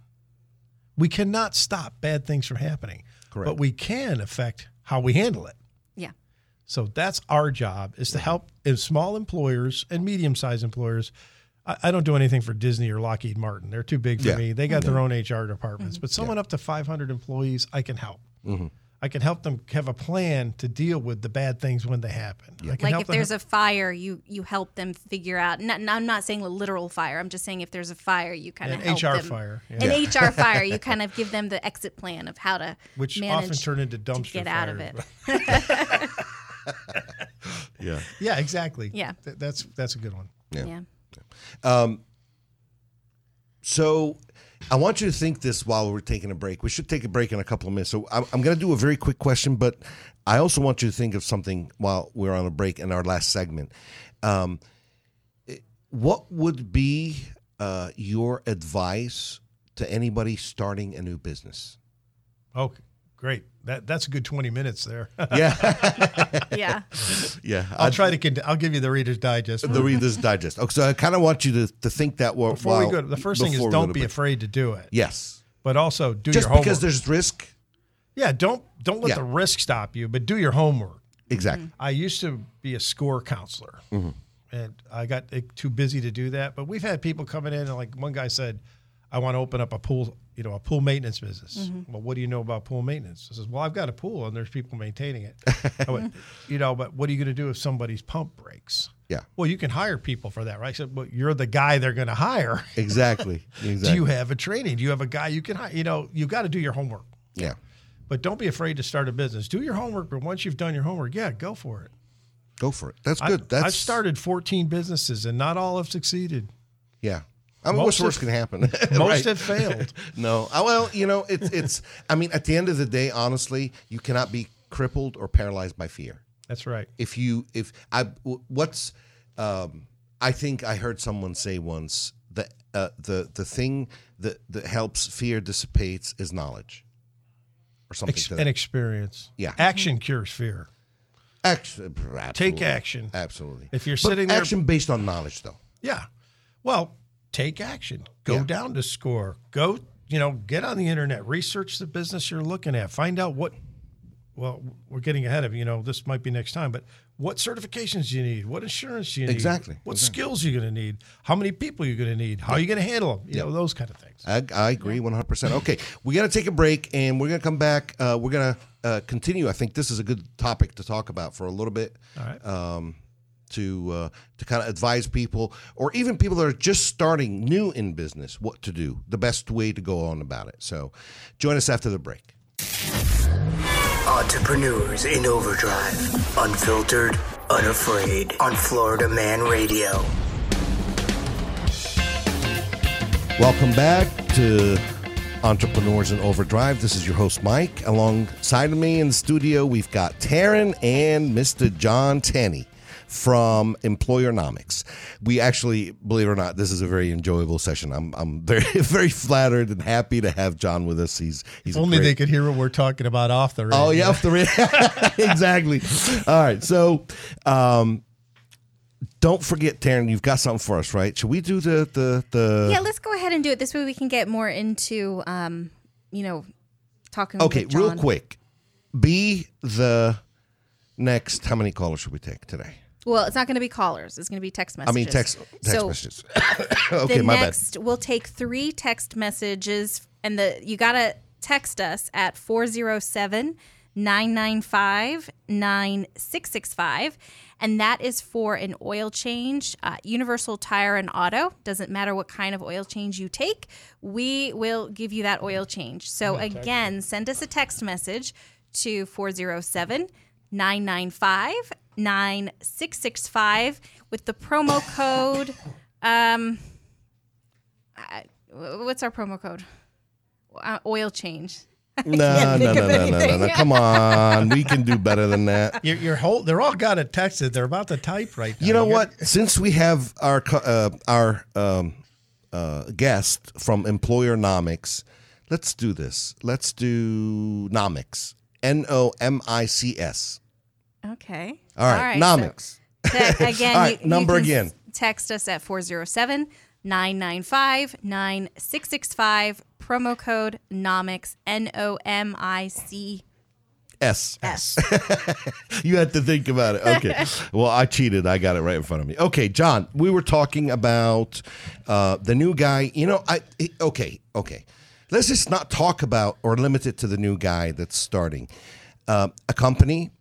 S4: We cannot stop bad things from happening,
S2: Correct.
S4: but we can affect how we handle it.
S3: Yeah.
S4: So that's our job is to
S2: Mm-hmm.
S4: help if small employers and medium sized employers. I, I don't do anything for Disney or Lockheed Martin. They're too big for
S2: Yeah. Mm-hmm.
S4: me. They got their own HR departments, but someone up to 500 employees, I can help. I can help them have a plan to deal with the bad things when they happen. I can
S3: Like
S4: help
S3: if
S4: them-
S3: there's a fire, you you help them figure out. Not, no, I'm not saying a literal fire. I'm just saying if there's a fire, you kind of
S4: An
S3: help
S4: HR
S3: them.
S4: fire, yeah.
S3: An HR fire, you kind of give them the exit plan of how to
S4: which
S3: manage
S4: often turn into
S3: to
S4: dumpster
S3: get out of
S4: fires,
S3: it.
S4: but-
S2: yeah.
S4: Yeah, exactly.
S3: Yeah.
S4: Th- that's that's a good one.
S3: Yeah.
S2: So I want you to think this while we're taking a break. We should take a break in a couple of minutes. So I'm, I'm going to do a very quick question, but I also want you to think of something while we're on a break in our last segment. Um, it- what would be uh, your advice to anybody starting a new business?
S4: Oh, great. That that's a good 20 minutes there.
S2: Yeah,
S3: Yeah.
S2: yeah.
S4: I'll try to. Cond- I'll give you the Reader's Digest.
S2: the Reader's Digest. Okay, so I kind of want you to, to think that while
S4: before we go, to- the first thing is
S2: before we go
S4: don't
S2: to
S4: be
S2: break.
S4: afraid to do it.
S2: Yes,
S4: But also do
S2: just
S4: your homework.
S2: because there's risk.
S4: yeah, don't don't let
S2: Yeah.
S4: the risk stop you, but do your homework.
S2: Exactly.
S4: I used to be a score counselor,
S2: Mm-hmm.
S4: and I got eh, too busy to do that. But we've had people coming in, and like one guy said, "I want to open up a pool, you know, a pool maintenance business." Well, what do you know about pool maintenance? I says, "Well, I've got a pool, and there's people maintaining it." I went, you know, but what are you going to do if somebody's pump breaks?
S2: Yeah.
S4: Well, you can hire people for that, right? I said, "Well, you're the guy they're going to hire."
S2: Exactly. Exactly.
S4: Do you have a training? Do you have a guy you can hire? You know, you've got to do your homework.
S2: yeah.
S4: But don't be afraid to start a business. Do your homework, but once you've done your homework, yeah, go for it.
S2: Go for it. That's
S4: I-
S2: good. That's
S4: I've started 14 businesses and not all have succeeded.
S2: Yeah. I mean,
S4: Most
S2: what's
S4: have-
S2: worse can happen? Right.
S4: Most have failed.
S2: No. Uh, Well, you know, it's it's. I mean, at the end of the day, honestly, you cannot be crippled or paralyzed by fear.
S4: That's right.
S2: If you if I w- what's um, I think I heard someone say once that uh, the the thing that that helps fear dissipates is knowledge, or something.
S4: Ex-
S2: to
S4: an
S2: that.
S4: experience.
S2: Yeah.
S4: Action cures fear.
S2: Ex-
S4: Take
S2: uh, absolutely.
S4: action.
S2: Absolutely.
S4: If you're
S2: But
S4: sitting there,
S2: action based on knowledge, though.
S4: yeah. Well, take action. Go
S2: Yeah.
S4: down to score. Go, you know, get on the internet, research the business you're looking at, find out what. Well, we're getting ahead of you know. This might be next time, but what certifications do you need? What insurance do you need?
S2: Exactly.
S4: What
S2: Exactly.
S4: skills you're going to need? How many people you're going to need? How are you going to handle them? You know those kind of things.
S2: I, I agree 100%. Okay, we got to take a break and we're going to come back. Uh, we're going to uh, continue. I think this is a good topic to talk about for a little bit
S4: All right.
S2: um, to uh, to kind of advise people or even people that are just starting new in business what to do, the best way to go on about it. So join us after the break.
S1: Entrepreneurs in Overdrive. Unfiltered, unafraid. On Florida Man Radio.
S2: Welcome back to Entrepreneurs in Overdrive. This is your host, Mike. Alongside of me in the studio, we've got Taryn and Mr. John Tanney from Employernomics. We actually, believe it or not, this is a very enjoyable session. I'm, I'm very, very flattered and happy to have John with us. He's, he's a
S4: Only
S2: great-
S4: they could hear what we're talking about Oh, off the radio.
S2: Oh yeah, off the ri- exactly. All right, so um, Don't forget, Taryn, you've got something for us, right? Should we do the the the?
S3: yeah, let's go ahead and do it. This way we can get more into, um, you know, talking.
S2: Okay,
S3: with John.
S2: real quick. Be the next. How many callers should we take today?
S3: Well, it's not going to be callers. It's going to be text
S2: I
S3: messages.
S2: mean, text text
S3: so
S2: messages. okay,
S3: the
S2: my
S3: next, we'll take three text messages, and the you gotta text us at 407 995 9665. And that is for an oil change, uh, universal tire and auto. Doesn't matter what kind of oil change you take, we will give you that oil change. So, again, send us a text message to 407 995 9665 with the promo code. Um, I- wh- what's our promo code? Uh, oil change.
S2: bad. No, no, no, no, no, no, no. Come on, we can do better than that.
S4: Your, your whole they're all got it texted. They're about to type right now.
S2: You know
S4: got-
S2: what? Since we have our co- uh, our um, uh, guest from Employer Nomics, let's do this. Let's do Nomics. N O M I C S.
S3: Okay.
S2: All right, Nomics.
S3: so te- again,
S2: All right,
S3: you- you
S2: number
S3: can
S2: again.
S3: s- Text us at 407 995 9665. Promo code NOMICS, N O M I C
S2: S.
S3: S.
S2: You had to think about it. Okay. well, I cheated. I got it right in front of me. Okay, John, we were talking about uh, the new guy. You know, I it- okay, okay. Let's just not talk about or limit it to the new guy that's starting. Uh, a company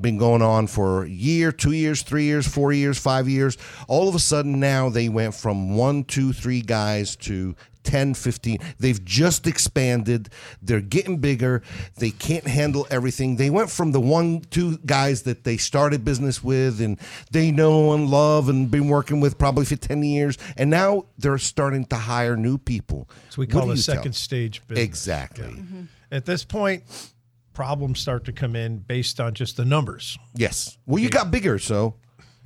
S2: been going on for a year, two years, three years, four years, five years. All of a sudden now they went from one, two, three guys to 10, 15. They've just expanded. They're getting bigger. They can't handle everything. They went from the one, two guys that they started business with and they know and love and been working with probably for 10 years. And now they're starting to hire new people.
S4: So we
S2: What
S4: call
S2: do
S4: it
S2: you tell
S4: second
S2: them?
S4: stage business.
S2: Exactly.
S4: At this point, problems start to come in based on just the numbers.
S2: Yes. Well, you got bigger, so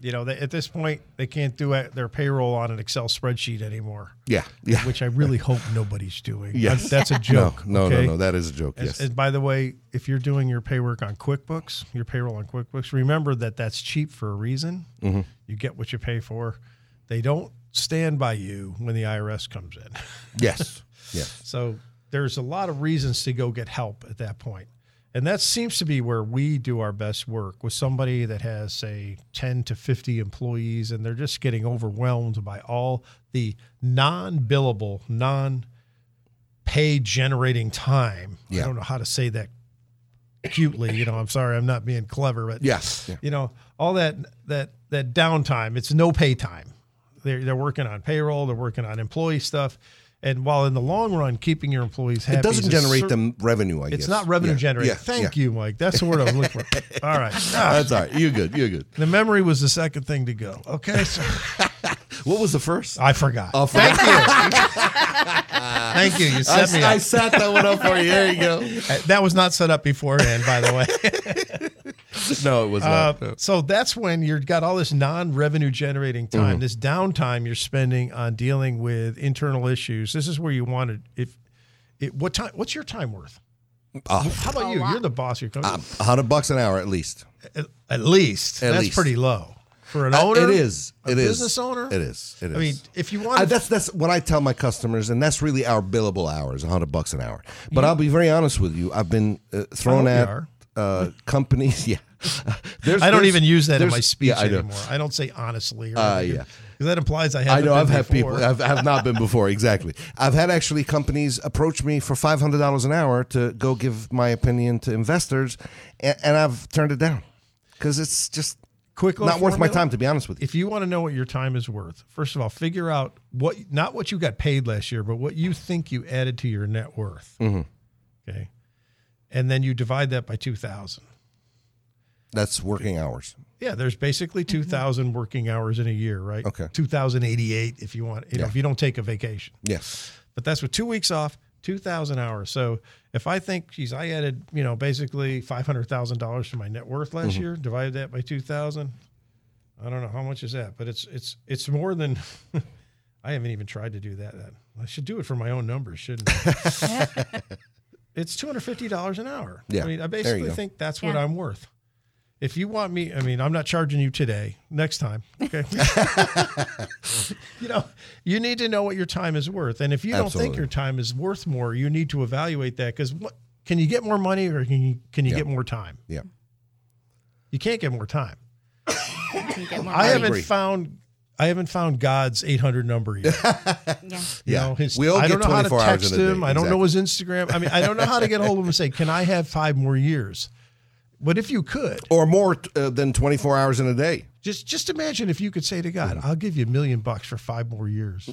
S4: You know, they, at this point, they can't do it- their payroll on an Excel spreadsheet anymore,
S2: yeah. Yeah.
S4: which I really hope nobody's doing.
S2: Yes.
S4: That's a
S2: no,
S4: joke.
S2: no,
S4: okay?
S2: no, no. That is a joke.
S4: As-
S2: yes.
S4: And by the way, if you're doing your pay work on QuickBooks, your payroll on QuickBooks, remember that that's cheap for a reason.
S2: Mm-hmm.
S4: You get what you pay for. They don't stand by you when the IRS comes in.
S2: Yes. Yes.
S4: So there's a lot of reasons to go get help at that point. And that seems to be where we do our best work with somebody that has, say, 10 to 50 employees, and they're just getting overwhelmed by all the non billable, non pay generating time.
S2: Yeah.
S4: I don't know how to say that cutely. You know, I'm sorry, I'm not being clever, but
S2: Yes.
S4: you know all that that that downtime it's no pay time they're, they're working on payroll they're working on employee stuff and while in the long run keeping your employees happy
S2: It doesn't
S4: is a
S2: generate
S4: cer-
S2: them revenue, I guess.
S4: it's not revenue
S2: Yeah.
S4: generating
S2: Yeah.
S4: thank
S2: Yeah.
S4: you mike that's the word i was looking for all right Ah,
S2: That's all right. You're good. You're good.
S4: the memory was the second thing to go okay so
S2: What was the first?
S4: i forgot
S2: Oh, thank you.
S4: thank you you set me
S2: I, I
S4: up Uh,
S2: sat that one up for you. There you go.
S4: that was not set up beforehand by the way
S2: No, it was
S4: Uh,
S2: not.
S4: so that's when you've got all this non-revenue generating
S2: Mm-hmm.
S4: time, this downtime you're spending on dealing with internal issues. This is where you want to if it what time what's your time worth?
S2: Uh,
S4: How about you? You're the boss of your company.
S2: A hundred bucks an hour at least.
S4: at, at least.
S2: Um, At
S4: that's
S2: least.
S4: pretty low. For an
S2: Uh,
S4: owner.
S2: it is.
S4: a
S2: It is.
S4: business owner?
S2: It is. It is.
S4: I mean, if you
S2: I,
S4: want to
S2: that's that's what I tell my customers, and that's really our billable hours, hundred bucks an hour. But I'll be very honest with you, I've been uh, thrown
S4: I hope
S2: at
S4: you
S2: uh, companies. Yeah, There's-
S4: I don't
S2: there's-
S4: even use that in
S2: there's-
S4: my speech
S2: yeah, I know.
S4: anymore. I don't say honestly or
S2: Uh,
S4: anything,
S2: yeah.
S4: 'cause that implies I have
S2: I know I've had people. I've, I've not been before. Exactly. I've had actually companies approach me for five hundred dollars an hour to go give my opinion to investors, and, and I've turned it down because it's just
S4: Quick little
S2: not worth my
S4: formula?
S2: time. To be honest with you,
S4: if you want to know what your time is worth, first of all, figure out what not what you got paid last year, but what you think you added to your net worth.
S2: Mm-hmm.
S4: Okay, and then you divide that by two thousand.
S2: that's working hours.
S4: Yeah, there's basically two working hours in a year, right?
S2: Mm-hmm. Okay.
S4: two thousand eighty-eight if you want. You know,
S2: Yeah.
S4: if you don't take a vacation,
S2: Yes.
S4: but that's with two weeks off, two thousand hours. So if I think, geez, I added, you know, basically five hundred thousand dollars to my net worth last
S2: Mm-hmm.
S4: year, divided that by two thousand. I don't know how much is that, but it's it's it's more than. I haven't even tried to do that. Then I should do it for my own numbers, shouldn't I? it's two hundred fifty dollars an hour.
S2: Yeah,
S4: I mean, I
S2: there you
S4: basically
S2: go.
S4: think that's what
S3: Yeah.
S4: I'm worth. If you want me, I mean, I'm not charging you today. Next time, okay? you know, you need to know what your time is worth, and if you don't
S2: Absolutely.
S4: think your time is worth more, you need to evaluate that because what can you get more money or can you can you
S2: Yeah.
S4: get more time?
S2: Yeah.
S4: You can't get more time.
S3: You get more
S4: I haven't
S2: agree.
S4: found I haven't found God's 800 number yet.
S3: yeah.
S4: You
S2: Yeah.
S4: know, his,
S2: we all
S4: I
S2: get
S4: don't know how
S2: 24
S4: to text
S2: hours in a day.
S4: him. I don't know his Instagram. I mean, I don't know how to get a hold of him and say, "Can I have five more years?" But if you could,
S2: or more uh, than 24 hours in a day.
S4: just just imagine if you could say to God, "I'll give you a million bucks for five more years."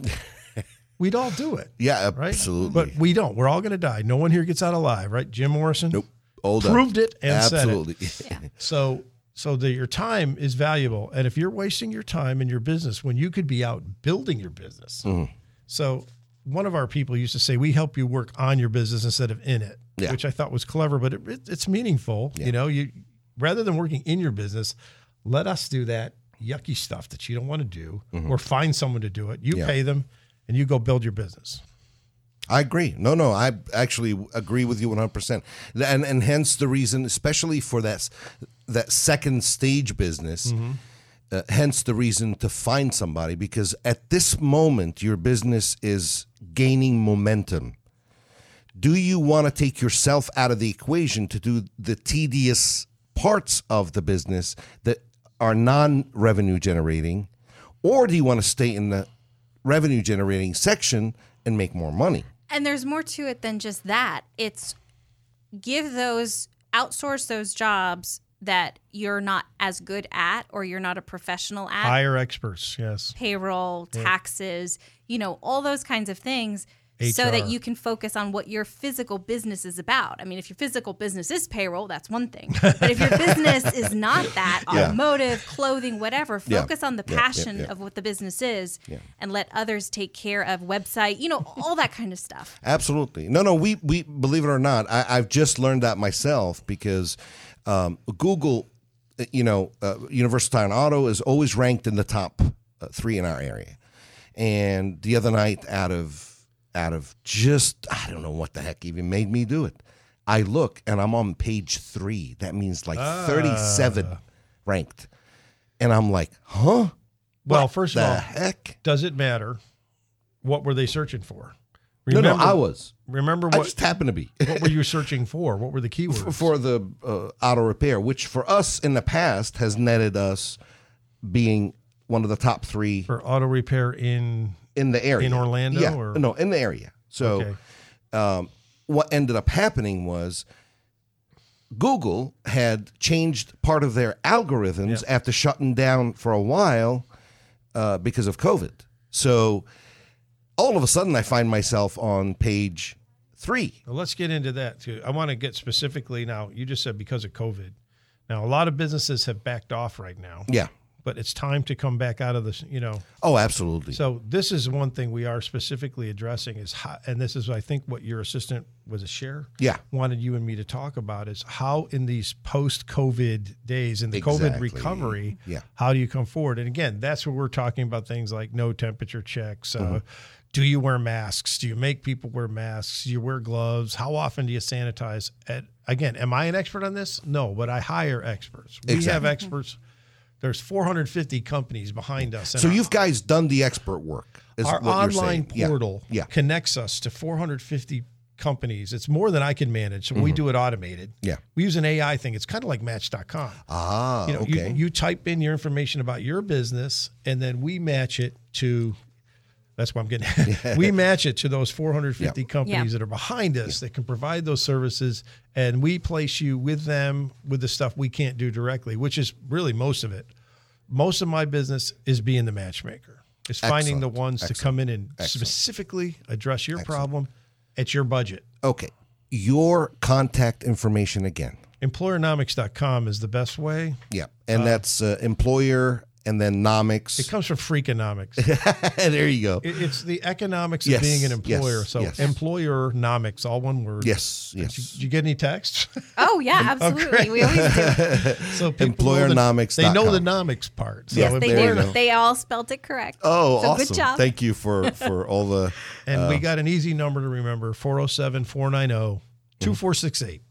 S4: We'd all do it,
S2: Yeah,
S4: right?
S2: absolutely.
S4: But we don't. We're all going to die. No one here gets out alive, right? Jim Morrison.
S2: nope. Old
S4: Proved it and said it.
S2: absolutely.
S4: So so that your time is valuable, and if you're wasting your time in your business when you could be out building your business,
S2: Mm-hmm.
S4: so one of our people used to say we help you work on your business instead of in it,
S2: Yeah.
S4: which I thought was clever, but it, it, it's meaningful. You know, you rather than working in your business, let us do that yucky stuff that you don't want to do, or find someone to do it. You
S2: Mm-hmm. Yeah.
S4: pay them, and you go build your business.
S2: I agree. No, no, I actually agree with you 100%. And and hence the reason especially for that s- that second stage business. Uh, hence the reason to find somebody because at this moment your business is gaining momentum. Do you want to take yourself out of the equation to do the tedious parts of the business that are non revenue generating? Or do you want to stay in the revenue generating section and make more money?
S3: And there's more to it than just that. It's give those outsource those jobs that you're not as good at or you're not a professional at.
S4: Hire experts, yes.
S3: payroll, taxes, you know, all those kinds of things so
S4: HR.
S3: that you can focus on what your physical business is about. I mean, if your physical business is payroll, that's one thing. But if your business is not that,
S2: Yeah.
S3: automotive, clothing, whatever,
S2: Yeah.
S3: focus on the
S2: Yeah, yeah,
S3: passion
S2: yeah.
S3: of what the business is and let others take care of website, you know, all that kind of stuff.
S2: Absolutely. No, no, we, we believe it or not, I, I've just learned that myself because um, Google, uh, you know, uh, Universal Tire and Auto is always ranked in the top uh, three in our area. And the other night, out of out of just I don't know what the heck even made me do it, I look and I'm on page three. That means like 37 ranked, and I'm like, huh?
S4: Well,
S2: What
S4: first
S2: the
S4: of all,
S2: heck?
S4: does it matter? What were they searching for?
S2: no, no, I was.
S4: Remember
S2: I
S4: what?
S2: just happened to be.
S4: what were you searching for? What were the keywords?
S2: for the uh, auto repair, which for us in the past has netted us being one of the top three
S4: For auto repair in
S2: in the area
S4: in Orlando
S2: Yeah,
S4: or-
S2: no, in the area. So,
S4: Okay.
S2: um, what ended up happening was Google had changed part of their algorithms after shutting down for a while uh, because of COVID. So, all of a sudden, I find myself on page three.
S4: Well, let's get into that too. I want to get specifically now. You just said because of COVID. Now a lot of businesses have backed off right now,
S2: Yeah.
S4: but it's time to come back out of this. You know,
S2: Oh, absolutely.
S4: so this is one thing we are specifically addressing is how, and this is I think what your assistant was a share.
S2: Yeah.
S4: wanted you and me to talk about is how in these post-COVID days in the COVID
S2: Exactly.
S4: recovery,
S2: Yeah.
S4: how do you come forward? And again, that's where we're talking about things like no temperature checks.
S2: Mm-hmm.
S4: Uh, do you wear masks? Do you make people wear masks? Do you wear gloves? How often do you sanitize? At, again, am I an expert on this? No, but I hire experts. We have
S2: Exactly.
S4: experts. There's 450 companies behind us. and
S2: So
S4: our-
S2: you've guys done the expert work. Is
S4: our
S2: what you're
S4: online
S2: saying. Yeah.
S4: portal
S2: Yeah.
S4: connects us to 450 companies. It's more than I can manage. So we do it automated.
S2: Mm-hmm. Yeah.
S4: We use an AI thing. It's kind of like match.com.
S2: Ah,
S4: You know,
S2: okay.
S4: you, you type in your information about your business and then we match it to that's why I'm getting we match it to those 450 companies
S3: Yeah.
S4: that are behind us that can provide those services and we place you with them with the stuff we can't do directly, which is really most of it. Most of my business is being the matchmaker. Is finding the
S2: Excellent.
S4: ones to come in and specifically address your problem at your budget.
S2: okay. Your contact information again.
S4: Employernomics.com is the best way.
S2: Yeah. And that's uh, employer and then
S4: It
S2: nomics.
S4: comes from Freakonomics.
S2: there you go.
S4: It- It's the economics
S2: Yes,
S4: of being an employer.
S2: yes,
S4: so
S2: yes.
S4: employernomics, all one word.
S2: yes.
S4: Did
S2: Yes.
S4: you get any texts?
S3: Oh, yeah, absolutely. we always do.
S4: so people know the-
S2: Employernomics
S4: They know
S2: dot
S4: the
S2: com.
S4: nomics part. So
S2: Yes,
S3: They
S2: There you
S3: did.
S2: go.
S3: They all spelled it correct.
S2: Oh,
S3: so
S2: awesome.
S3: Good job.
S2: Thank you for for all the Uh,
S4: oh and we got an easy number to remember 407 490 2468.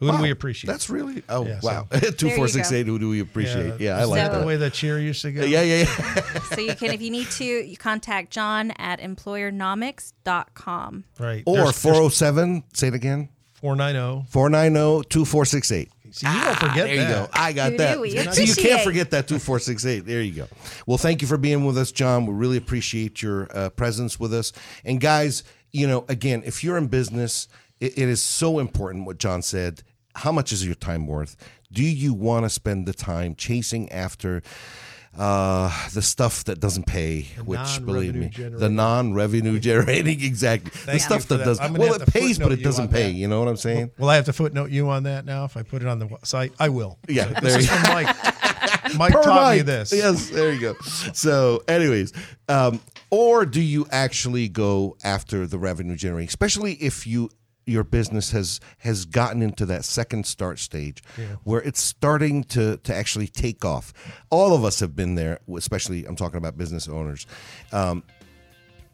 S4: Who do we appreciate?
S2: That's really oh
S4: Yeah, so-
S2: wow. Two four six eight. Who do we appreciate? Yeah, I
S4: Is
S2: like
S4: that the
S2: that.
S4: way the cheer used to go.
S2: Yeah, yeah, yeah.
S3: So you can, if you need to, you contact John at employernomics.com.
S4: Right.
S2: Or
S4: There's-
S2: four oh-
S4: there's
S2: zero seven. Say it again. oh,
S4: 490.
S2: 490-2468.
S4: See, you don't
S2: Ah,
S4: forget
S2: There you
S4: that.
S2: go. I got
S3: You
S2: that.
S3: do. We
S2: See, you can't
S3: appreciate.
S2: forget that 2468. There you go. Well, thank you for being with us, John. We really appreciate your uh, presence with us. And guys, you know, again, if you're in business, it, it is so important what John said. How much is your time worth? Do you want to spend the time chasing after uh, the stuff that doesn't pay, which believe
S4: non-revenue
S2: me, the
S4: generating.
S2: non-revenue generating, exactly, the
S4: you
S2: stuff
S4: for
S2: that,
S4: that. I'm
S2: doesn't.
S4: gonna
S2: Well,
S4: have
S2: it
S4: to
S2: pays, but
S4: footnote
S2: it
S4: you
S2: doesn't
S4: on
S2: pay.
S4: that.
S2: You know what I'm saying?
S4: Will I have to footnote you on that now if I put it on the website? I will.
S2: Yeah, there
S4: So this is
S2: you-
S4: from Mike. Mike
S2: Per
S4: taught me
S2: mic.
S4: this.
S2: Yes, there you go. So, anyways, um, or do you actually go after the revenue generating, especially if you your business has has gotten into that second start stage where it's starting to to actually take off. All of us have been there, especially I'm talking about business owners. Um,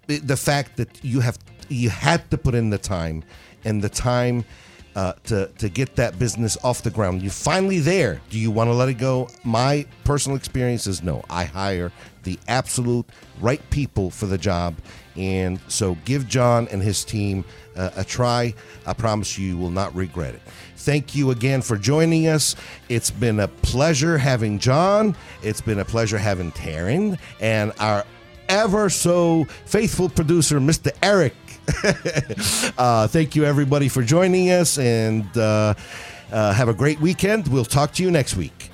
S2: the- the fact that you have you had to put in the time and the time uh, to to get that business off the ground. You're finally there. Do you want to let it go? My personal experience is no. I hire the absolute right people for the job, and so give John and his team uh, a try. I promise you, you will not regret it. Thank you again for joining us. It's been a pleasure having John. It's been a pleasure having Taryn and our ever so faithful producer, Mr. Eric. uh, thank you, everybody, for joining us, and uh, uh, have a great weekend. We'll talk to you next week.